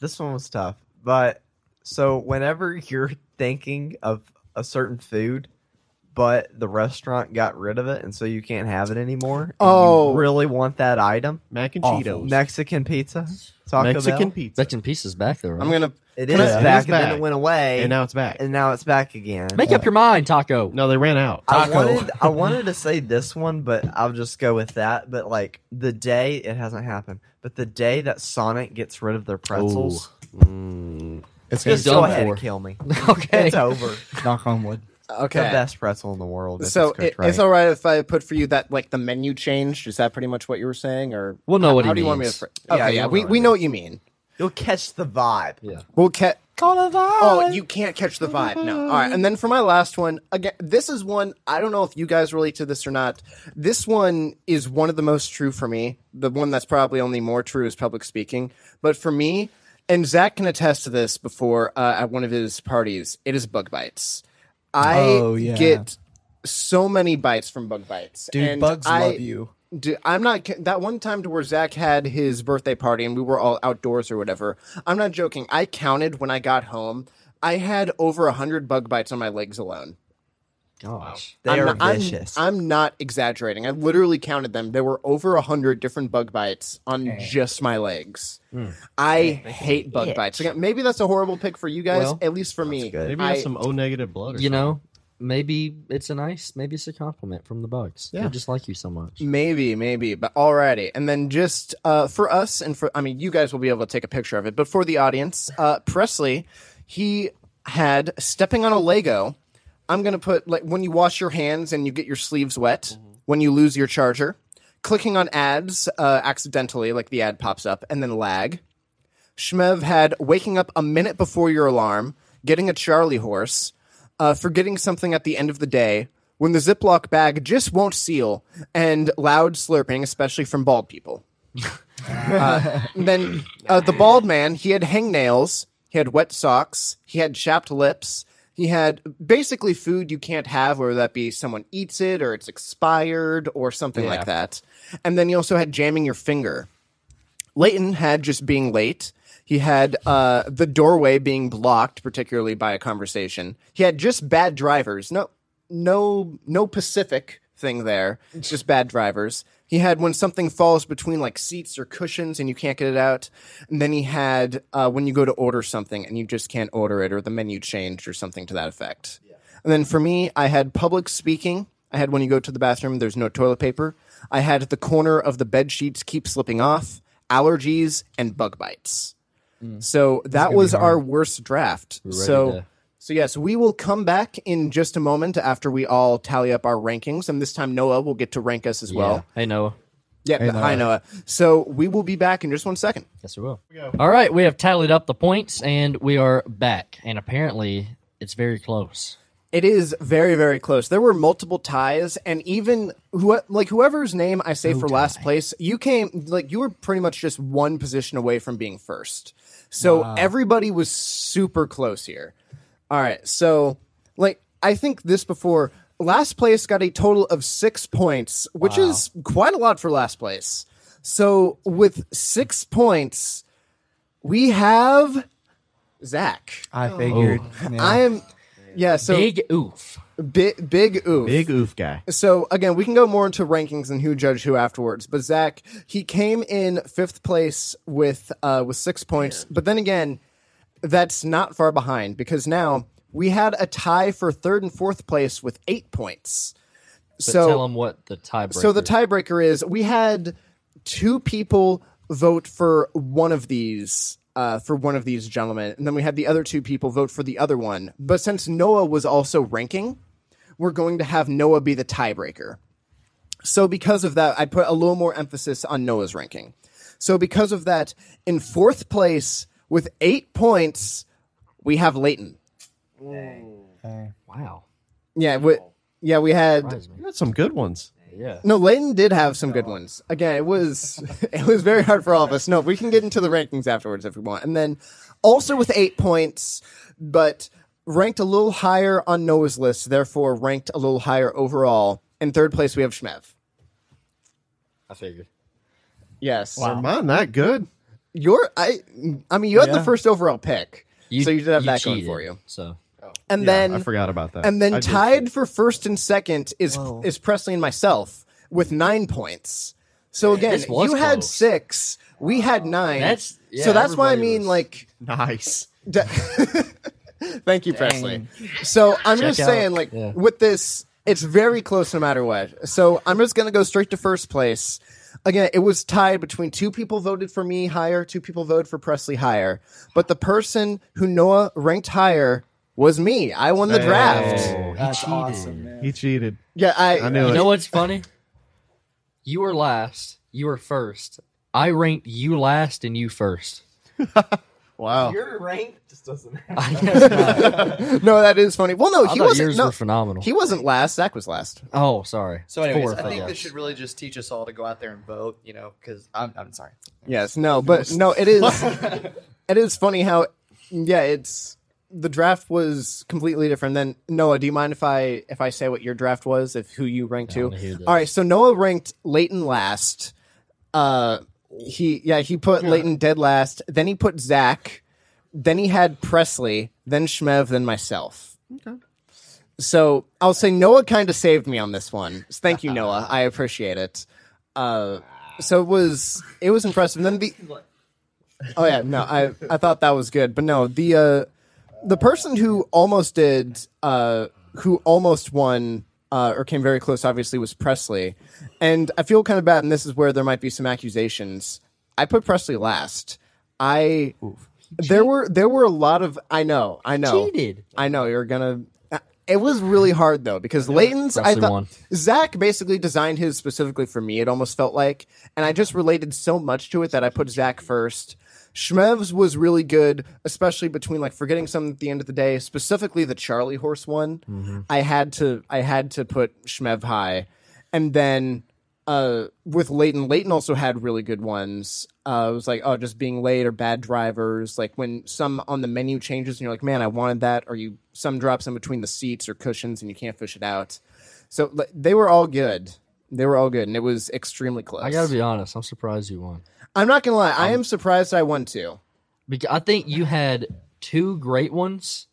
[SPEAKER 3] this one was tough. But so whenever you're thinking of a certain food, but the restaurant got rid of it, and so you can't have it anymore. and you
[SPEAKER 4] Oh.
[SPEAKER 3] really want that item?
[SPEAKER 2] Mac and
[SPEAKER 3] Awful.
[SPEAKER 2] Cheetos.
[SPEAKER 3] Mexican pizza, Taco
[SPEAKER 2] Mexican
[SPEAKER 3] Bell.
[SPEAKER 2] pizza.
[SPEAKER 1] That's in pieces back there. Right?
[SPEAKER 4] I'm gonna
[SPEAKER 3] It is
[SPEAKER 2] It is
[SPEAKER 3] back, and
[SPEAKER 2] back.
[SPEAKER 3] then it went away,
[SPEAKER 2] and now it's back.
[SPEAKER 3] and now it's back again.
[SPEAKER 1] Make up your mind, Taco.
[SPEAKER 2] no, they ran out.
[SPEAKER 3] I
[SPEAKER 5] Taco.
[SPEAKER 3] wanted, I wanted to say this one, but I'll just go with that. But like the day it hasn't happened, but the day that Sonic gets rid of their pretzels,
[SPEAKER 5] It's
[SPEAKER 1] He's
[SPEAKER 3] just go
[SPEAKER 1] done
[SPEAKER 3] ahead and
[SPEAKER 1] for.
[SPEAKER 3] kill me.
[SPEAKER 1] Okay.
[SPEAKER 3] It's over.
[SPEAKER 5] knock on wood.
[SPEAKER 4] Okay.
[SPEAKER 3] The best pretzel in the world. If
[SPEAKER 4] So
[SPEAKER 3] it's cooked
[SPEAKER 4] it,
[SPEAKER 3] right.
[SPEAKER 4] it's all right if I put for you that like the menu changed. Is that pretty much what you were saying, or
[SPEAKER 1] We'll know what
[SPEAKER 4] how
[SPEAKER 1] he
[SPEAKER 4] do you want me to?
[SPEAKER 1] means.
[SPEAKER 4] Fr-
[SPEAKER 3] Yeah,
[SPEAKER 4] okay, yeah,
[SPEAKER 3] you know
[SPEAKER 4] we
[SPEAKER 3] what I
[SPEAKER 4] we
[SPEAKER 3] mean.
[SPEAKER 4] know what you mean.
[SPEAKER 3] You'll catch the vibe.
[SPEAKER 1] Yeah.
[SPEAKER 4] We'll catch.
[SPEAKER 3] Call the vibe.
[SPEAKER 4] Oh, you can't catch the vibe. No. All right. And then for my last one, again, this is one I don't know if you guys relate to this or not. This one is one of the most true for me. The one that's probably only more true is public speaking. But for me, and Zach can attest to this before uh, at one of his parties, it is bug bites. I
[SPEAKER 5] Oh, yeah.
[SPEAKER 4] get so many bites from bug bites.
[SPEAKER 5] Dude,
[SPEAKER 4] and
[SPEAKER 5] bugs
[SPEAKER 4] I-
[SPEAKER 5] love you.
[SPEAKER 4] Dude, I'm not ki- that one time to where Zach had his birthday party and we were all outdoors or whatever. I'm not joking. I counted when I got home. I had over a hundred bug bites on my legs alone.
[SPEAKER 1] Gosh.
[SPEAKER 3] They
[SPEAKER 4] I'm
[SPEAKER 3] are
[SPEAKER 4] not- I'm-
[SPEAKER 3] vicious.
[SPEAKER 4] I'm, not exaggerating. I literally counted them. There were over a hundred different bug bites on just my legs.
[SPEAKER 3] Hmm.
[SPEAKER 4] I hate bug bites. Again, maybe that's a horrible pick for you guys.
[SPEAKER 3] Well,
[SPEAKER 4] at least for me,
[SPEAKER 3] good.
[SPEAKER 2] Maybe you
[SPEAKER 4] I,
[SPEAKER 2] have some O negative blood. Or
[SPEAKER 1] You know, maybe it's a nice, maybe it's a compliment from the bugs. They just like you so much.
[SPEAKER 4] Maybe, maybe, but alrighty. And then just uh, for us and for, I mean, you guys will be able to take a picture of it, but for the audience, uh, Presley, he had stepping on a Lego. I'm going to put, like, when you wash your hands and you get your sleeves wet, when you lose your charger, clicking on ads uh, accidentally, like the ad pops up, and then lag. Shmev had waking up a minute before your alarm, getting a Charlie horse, uh, forgetting something at the end of the day, when the Ziploc bag just won't seal, and loud slurping, especially from bald people. uh, and then uh, the bald man, he had hangnails, he had wet socks, he had chapped lips. He had basically food you can't have, whether that be someone eats it or it's expired or something like that. And then you also had jamming your finger. Leighton had just being late. He had uh, the doorway being blocked, particularly by a conversation. He had just bad drivers. No, no, no Pacific thing there. It's just bad drivers. He had when something falls between like seats or cushions and you can't get it out. And then he had uh, when you go to order something and you just can't order it, or the menu changed, or something to that effect. And then for me, I had public speaking. I had when you go to the bathroom, there's no toilet paper. I had the corner of the bed sheets keep slipping off,
[SPEAKER 1] Mm.
[SPEAKER 4] allergies, and bug bites. So that was our worst draft.
[SPEAKER 1] ready
[SPEAKER 4] So
[SPEAKER 1] to-
[SPEAKER 4] So yes, we will come back in just a moment after we all tally up our rankings, and this time Noah will get to rank us as well.
[SPEAKER 1] Yeah. Hey Noah.
[SPEAKER 4] Yeah, hi Noah. So we will be back in just one second.
[SPEAKER 1] Yes, we will. All right, we have tallied up the points and we are back. And apparently, it's very close.
[SPEAKER 4] It is very very close. There were multiple ties, and even who like whoever's name I say for last place, you came like you were pretty much just one position away from being first. So everybody was super close here. All right, so like I think this before last place got a total of six points, which is quite a lot for last place. So with six points, we have Zach.
[SPEAKER 3] I
[SPEAKER 6] Oh.
[SPEAKER 3] figured.
[SPEAKER 4] I am. Yeah, so
[SPEAKER 1] Big oof.
[SPEAKER 4] Big, big oof.
[SPEAKER 2] Big oof guy.
[SPEAKER 4] So again, we can go more into rankings and who judged who afterwards. But Zach, he came in fifth place with uh, with six points. But then again, that's not far behind because now we had a tie for third and fourth place with eight points.
[SPEAKER 1] But
[SPEAKER 4] so
[SPEAKER 1] tell him what the tiebreaker.
[SPEAKER 4] so the tiebreaker is we had two people vote for one of these uh, for one of these gentlemen, and then we had the other two people vote for the other one. But since Noah was also ranking, we're going to have Noah be the tiebreaker. So because of that, I put a little more emphasis on Noah's ranking. So because of that, in fourth place with eight points, we have Leighton.
[SPEAKER 1] wow.
[SPEAKER 4] Yeah, we, yeah, we had
[SPEAKER 1] Surprised me.
[SPEAKER 2] You had some good ones.
[SPEAKER 1] Yeah.
[SPEAKER 4] No, Leighton did have some good ones. Again, it was it was very hard for all of us. No, we can get into the rankings afterwards if we want. And then also with eight points, but ranked a little higher on Noah's list, therefore ranked a little higher overall. In third place, we have Shmev.
[SPEAKER 1] I figured.
[SPEAKER 4] Yes,
[SPEAKER 2] Wow. mine that good?
[SPEAKER 4] you're. I. I mean, you had the
[SPEAKER 3] Yeah.
[SPEAKER 4] first overall pick, so you did have that going for
[SPEAKER 1] cheated,
[SPEAKER 4] you.
[SPEAKER 1] So
[SPEAKER 4] And
[SPEAKER 2] Yeah,
[SPEAKER 4] then
[SPEAKER 2] I forgot about that.
[SPEAKER 4] And then
[SPEAKER 2] I did
[SPEAKER 4] tied for first and second is is Presley and myself with nine points. So again,
[SPEAKER 1] This
[SPEAKER 4] you
[SPEAKER 1] was
[SPEAKER 4] had
[SPEAKER 1] close.
[SPEAKER 4] six, we had nine.
[SPEAKER 1] That's- yeah,
[SPEAKER 4] so that's why I
[SPEAKER 1] everybody
[SPEAKER 4] mean,
[SPEAKER 1] was-
[SPEAKER 4] like,
[SPEAKER 2] Nice.
[SPEAKER 4] da- thank you, Presley. So I'm just
[SPEAKER 1] out.
[SPEAKER 4] saying, like,
[SPEAKER 1] Yeah.
[SPEAKER 4] with this, it's very close no matter what. So I'm just gonna go straight to first place. Again, it was tied between two people voted for me higher, two people voted for Presley higher, but the person who Noah ranked higher was me. I won the draft.
[SPEAKER 1] Oh, he
[SPEAKER 5] That's
[SPEAKER 1] cheated.
[SPEAKER 5] awesome, man.
[SPEAKER 2] He cheated.
[SPEAKER 4] Yeah, I,
[SPEAKER 2] I knew
[SPEAKER 1] You
[SPEAKER 2] it.
[SPEAKER 1] know what's funny? You were last. You were first. I ranked you last and you first.
[SPEAKER 2] Wow.
[SPEAKER 3] Your rank just doesn't matter.
[SPEAKER 1] I guess not.
[SPEAKER 4] No, that is funny. Well, no,
[SPEAKER 1] I
[SPEAKER 4] he
[SPEAKER 1] thought
[SPEAKER 4] wasn't.
[SPEAKER 1] yours
[SPEAKER 4] No,
[SPEAKER 1] were phenomenal.
[SPEAKER 4] he wasn't last. Zach was last.
[SPEAKER 1] oh, sorry.
[SPEAKER 6] So, anyways,
[SPEAKER 1] Fourth,
[SPEAKER 6] I think
[SPEAKER 1] guess.
[SPEAKER 6] this should really just teach us all to go out there and vote, you know, because I'm, I'm sorry.
[SPEAKER 4] Yes, no, but no, it is. it is funny how, yeah, it's the draft was completely different. Then Noah, do you mind if I if I say what your draft was, if who you ranked
[SPEAKER 1] wanna hear
[SPEAKER 4] to?
[SPEAKER 1] this.
[SPEAKER 4] All right, so Noah ranked Leighton last. Uh, he yeah he put Leighton dead last. Then he put Zach. Then he had Presley. Then Shmev. Then myself. So I'll say Noah kind of saved me on this one. So thank you, Noah. I appreciate it. Uh, so it was it was impressive. And then the oh yeah no I I thought that was good, but no the uh, the person who almost did uh, who almost won uh, or came very close obviously was Presley, and I feel kind of bad. And this is where there might be some accusations. I put Presley last. I there were there were a lot of I know I know
[SPEAKER 1] Cheated.
[SPEAKER 4] I know you're gonna. It was really hard though because Leighton's. I
[SPEAKER 1] Presley
[SPEAKER 4] thought
[SPEAKER 1] won.
[SPEAKER 4] Zach basically designed his specifically for me. It almost felt like, and I just related so much to it that I put Zach first. Shmev's was really good, especially between like forgetting something at the end of the day. Specifically, the Charlie horse one. I had to. I had to put Shmev high, and then uh, with Leighton, Leighton also had really good ones. Uh, it was like, oh, just being late or bad drivers. Like when some on the menu changes and you're like, man, I wanted that. Or you some drops in between the seats or cushions and you can't fish it out. So like, they were all good. They were all good, and it was extremely close.
[SPEAKER 1] I gotta be honest. I'm surprised you won.
[SPEAKER 4] I'm not gonna lie. I am surprised I won too.
[SPEAKER 1] Because I think you had two great ones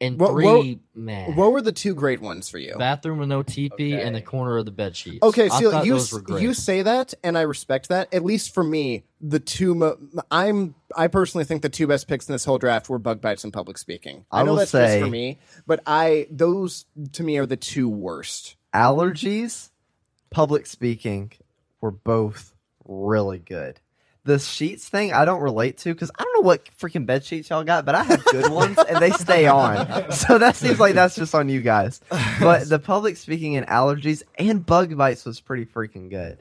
[SPEAKER 1] and
[SPEAKER 4] What-
[SPEAKER 1] three
[SPEAKER 4] what-
[SPEAKER 1] man.
[SPEAKER 4] What were the two great ones for you?
[SPEAKER 1] bathroom with no teepee and the corner of the bed sheets.
[SPEAKER 4] Okay,
[SPEAKER 1] I
[SPEAKER 4] so
[SPEAKER 1] thought
[SPEAKER 4] you
[SPEAKER 1] those
[SPEAKER 4] s-
[SPEAKER 1] were great.
[SPEAKER 4] you say that, and I respect that. At least for me, the two mo- I'm I personally think the two best picks in this whole draft were bug bites and public speaking. I,
[SPEAKER 3] I
[SPEAKER 4] know
[SPEAKER 3] will
[SPEAKER 4] that's just for
[SPEAKER 3] say-
[SPEAKER 4] me, but I those to me are the two worst.
[SPEAKER 3] allergies, public speaking were both really good. the sheets thing I don't relate to because I don't know what freaking bed sheets y'all got, but I have good ones and they stay on. So that seems like that's just on you guys. But the public speaking and allergies and bug bites was pretty freaking good.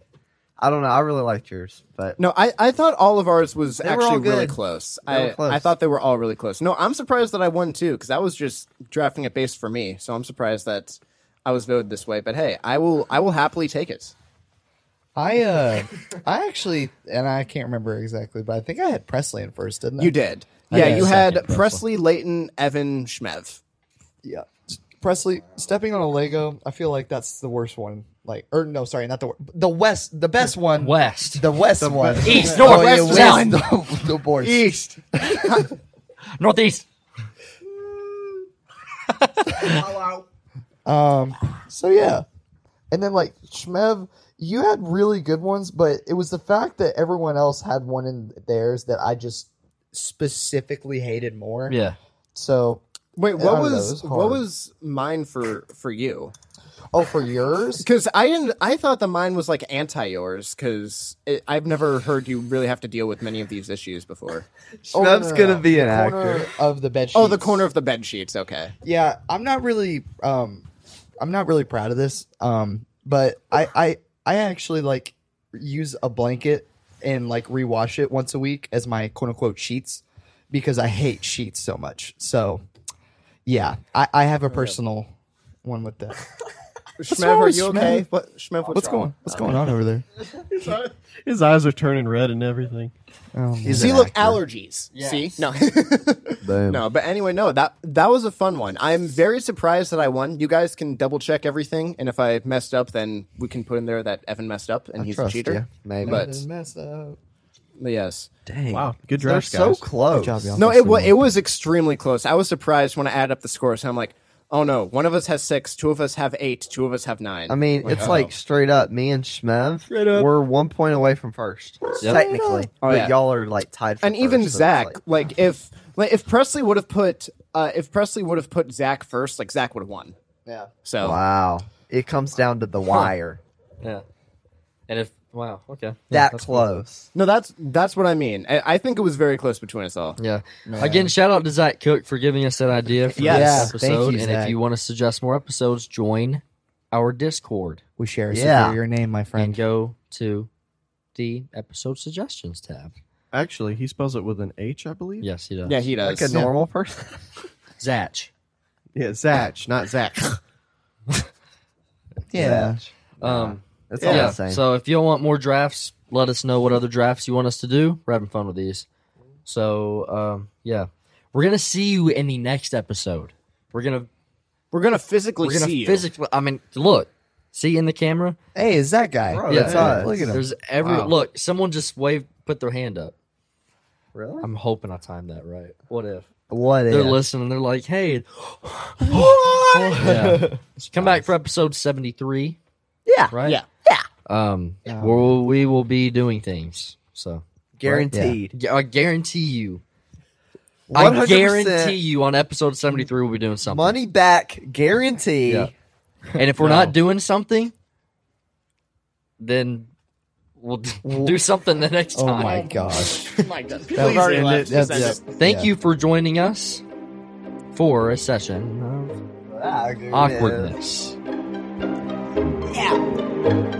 [SPEAKER 3] I don't know. I really liked yours, but
[SPEAKER 4] No, I, I thought all of ours was
[SPEAKER 3] were all
[SPEAKER 4] actually really
[SPEAKER 3] good.
[SPEAKER 4] close.
[SPEAKER 3] They were
[SPEAKER 4] I,
[SPEAKER 3] close.
[SPEAKER 4] I thought they were all really close. No, I'm surprised that I won too, because that was just drafting it based for me. So I'm surprised that I was voted this way. But hey, I will I will happily take it.
[SPEAKER 5] I uh, I actually, and I can't remember exactly, but I think I had Presley in first, didn't I?
[SPEAKER 4] You did.
[SPEAKER 5] I
[SPEAKER 4] yeah,
[SPEAKER 5] did
[SPEAKER 4] you had
[SPEAKER 1] second,
[SPEAKER 4] Presley, Leighton, Evan, Schmev.
[SPEAKER 5] Yeah. Presley stepping on a Lego. I feel like that's the worst one. Like, or no, sorry, not the wor- the west, the best one.
[SPEAKER 1] West,
[SPEAKER 5] The west one.
[SPEAKER 1] East,
[SPEAKER 5] Oh,
[SPEAKER 1] north,
[SPEAKER 5] yeah,
[SPEAKER 1] west, south,
[SPEAKER 5] west, the, the worst.
[SPEAKER 4] East.
[SPEAKER 1] northeast.
[SPEAKER 5] Um. So yeah, and then like Shmev, you had really good ones, but it was the fact that everyone else had one in theirs that I just specifically hated more.
[SPEAKER 1] Yeah,
[SPEAKER 5] So,
[SPEAKER 4] Wait,
[SPEAKER 5] I
[SPEAKER 4] what
[SPEAKER 5] don't know, it
[SPEAKER 4] was
[SPEAKER 5] was
[SPEAKER 4] what
[SPEAKER 5] hard.
[SPEAKER 4] was mine for for you?
[SPEAKER 5] oh, for yours,
[SPEAKER 4] Because I didn't, I thought the mine was like anti yours because I've never heard you really have to deal with many of these issues before.
[SPEAKER 5] Oh, no,
[SPEAKER 3] Shmev's
[SPEAKER 5] no, no,
[SPEAKER 3] gonna
[SPEAKER 5] no.
[SPEAKER 3] be an
[SPEAKER 5] The corner
[SPEAKER 3] actor.
[SPEAKER 5] of the bed.
[SPEAKER 4] Oh, the
[SPEAKER 5] sheets.
[SPEAKER 4] corner of the bed sheets. Okay.
[SPEAKER 5] yeah i'm not really um i'm not really proud of this um but i i i actually like use a blanket and like rewash it once a week as my quote unquote sheets because i hate sheets so much so yeah i i have a personal one with that
[SPEAKER 4] Shmev,
[SPEAKER 5] wrong
[SPEAKER 4] are
[SPEAKER 5] with
[SPEAKER 4] you
[SPEAKER 5] Shmev?
[SPEAKER 4] okay? What, Shmev, what's,
[SPEAKER 5] what's going what's going on over there
[SPEAKER 2] His eyes are turning red and everything.
[SPEAKER 5] oh, man.
[SPEAKER 4] See, look, allergies. See, no,
[SPEAKER 3] Boom.
[SPEAKER 4] no. But anyway, no. That that was a fun one. I'm very surprised that I won. You guys can double check everything, and if I messed up, then we can put in there that Evan messed up and he's a
[SPEAKER 3] trust
[SPEAKER 4] cheater.
[SPEAKER 3] ya, maybe.
[SPEAKER 4] but
[SPEAKER 5] mess up.
[SPEAKER 4] yes.
[SPEAKER 3] Dang.
[SPEAKER 2] Wow, good
[SPEAKER 3] They're
[SPEAKER 2] draft,
[SPEAKER 3] so
[SPEAKER 2] guys.
[SPEAKER 3] close.
[SPEAKER 5] Good job, y'all.
[SPEAKER 4] No, it was it was extremely close. I was surprised when I added up the scores. I'm like, oh no, one of us has six, two of us have eight, two of us have nine.
[SPEAKER 3] I mean, it's like straight up. Me and Shmev,
[SPEAKER 2] up.
[SPEAKER 3] we're one point away from first, technically.
[SPEAKER 4] Oh,
[SPEAKER 3] but
[SPEAKER 4] yeah.
[SPEAKER 3] y'all are like tied. For
[SPEAKER 4] and even
[SPEAKER 3] first, so it's
[SPEAKER 4] Zach,
[SPEAKER 3] like-
[SPEAKER 4] like, if like if Presley would have put uh, if Presley would have put Zach first, like Zach would have won.
[SPEAKER 5] yeah
[SPEAKER 4] So
[SPEAKER 3] wow, it comes down to the wire.
[SPEAKER 1] yeah. And if wow, okay, Yeah,
[SPEAKER 3] That
[SPEAKER 1] that's cool.
[SPEAKER 3] close.
[SPEAKER 4] no, that's that's what I mean. I, I think it was very close between us all.
[SPEAKER 1] Yeah. Again, shout out to Zach Cook for giving us that idea for
[SPEAKER 4] Yes. Yeah,
[SPEAKER 1] this
[SPEAKER 5] thank
[SPEAKER 1] episode.
[SPEAKER 5] you,
[SPEAKER 1] and if
[SPEAKER 5] Zach.
[SPEAKER 1] you want to suggest more episodes, join our Discord
[SPEAKER 5] we share a
[SPEAKER 3] Yeah.
[SPEAKER 5] superior name my
[SPEAKER 1] and
[SPEAKER 5] friend
[SPEAKER 1] go to the episode suggestions tab.
[SPEAKER 2] Actually, he spells it with an H, I believe.
[SPEAKER 1] Yes, he does.
[SPEAKER 4] Yeah, he
[SPEAKER 3] Like
[SPEAKER 4] does.
[SPEAKER 3] a normal person.
[SPEAKER 1] Zach.
[SPEAKER 2] yeah Zach, not Zach.
[SPEAKER 5] yeah
[SPEAKER 1] Um,
[SPEAKER 3] That's all
[SPEAKER 1] yeah.
[SPEAKER 3] I'm saying.
[SPEAKER 1] So if you want more drafts, let us know what other drafts you want us to do. We're having fun with these. So um, yeah, we're gonna see you in the next episode. We're gonna
[SPEAKER 4] We're gonna physically
[SPEAKER 1] we're gonna
[SPEAKER 4] see you.
[SPEAKER 1] physically. I mean, look, see in the camera.
[SPEAKER 5] hey is that guy
[SPEAKER 3] Bro,
[SPEAKER 1] Yeah.
[SPEAKER 3] that's us.
[SPEAKER 5] look at him
[SPEAKER 1] There's every
[SPEAKER 2] Wow.
[SPEAKER 1] look. Someone just waved, put their hand up.
[SPEAKER 3] Really?
[SPEAKER 1] I'm hoping I timed that right. What if
[SPEAKER 3] What
[SPEAKER 1] they're
[SPEAKER 3] if?
[SPEAKER 1] listening? They're like, "Hey, yeah. So come back for episode 73."
[SPEAKER 3] Yeah.
[SPEAKER 1] right.
[SPEAKER 4] Yeah.
[SPEAKER 1] Um, where we will be doing things. So
[SPEAKER 3] Guaranteed.
[SPEAKER 1] Gu- I guarantee you.
[SPEAKER 3] 100%
[SPEAKER 1] I guarantee you on episode 73 we'll be doing something.
[SPEAKER 3] Money back guarantee.
[SPEAKER 1] Yeah. And if we're not doing something, then we'll d- do something the next
[SPEAKER 5] oh
[SPEAKER 1] time.
[SPEAKER 5] my gosh
[SPEAKER 4] We've
[SPEAKER 2] Please
[SPEAKER 4] already
[SPEAKER 2] end
[SPEAKER 4] left.
[SPEAKER 2] it.
[SPEAKER 4] Is that
[SPEAKER 5] That's-
[SPEAKER 4] just-
[SPEAKER 1] Thank you for joining us for a
[SPEAKER 3] Ah,
[SPEAKER 1] session of awkwardness.
[SPEAKER 3] Yeah.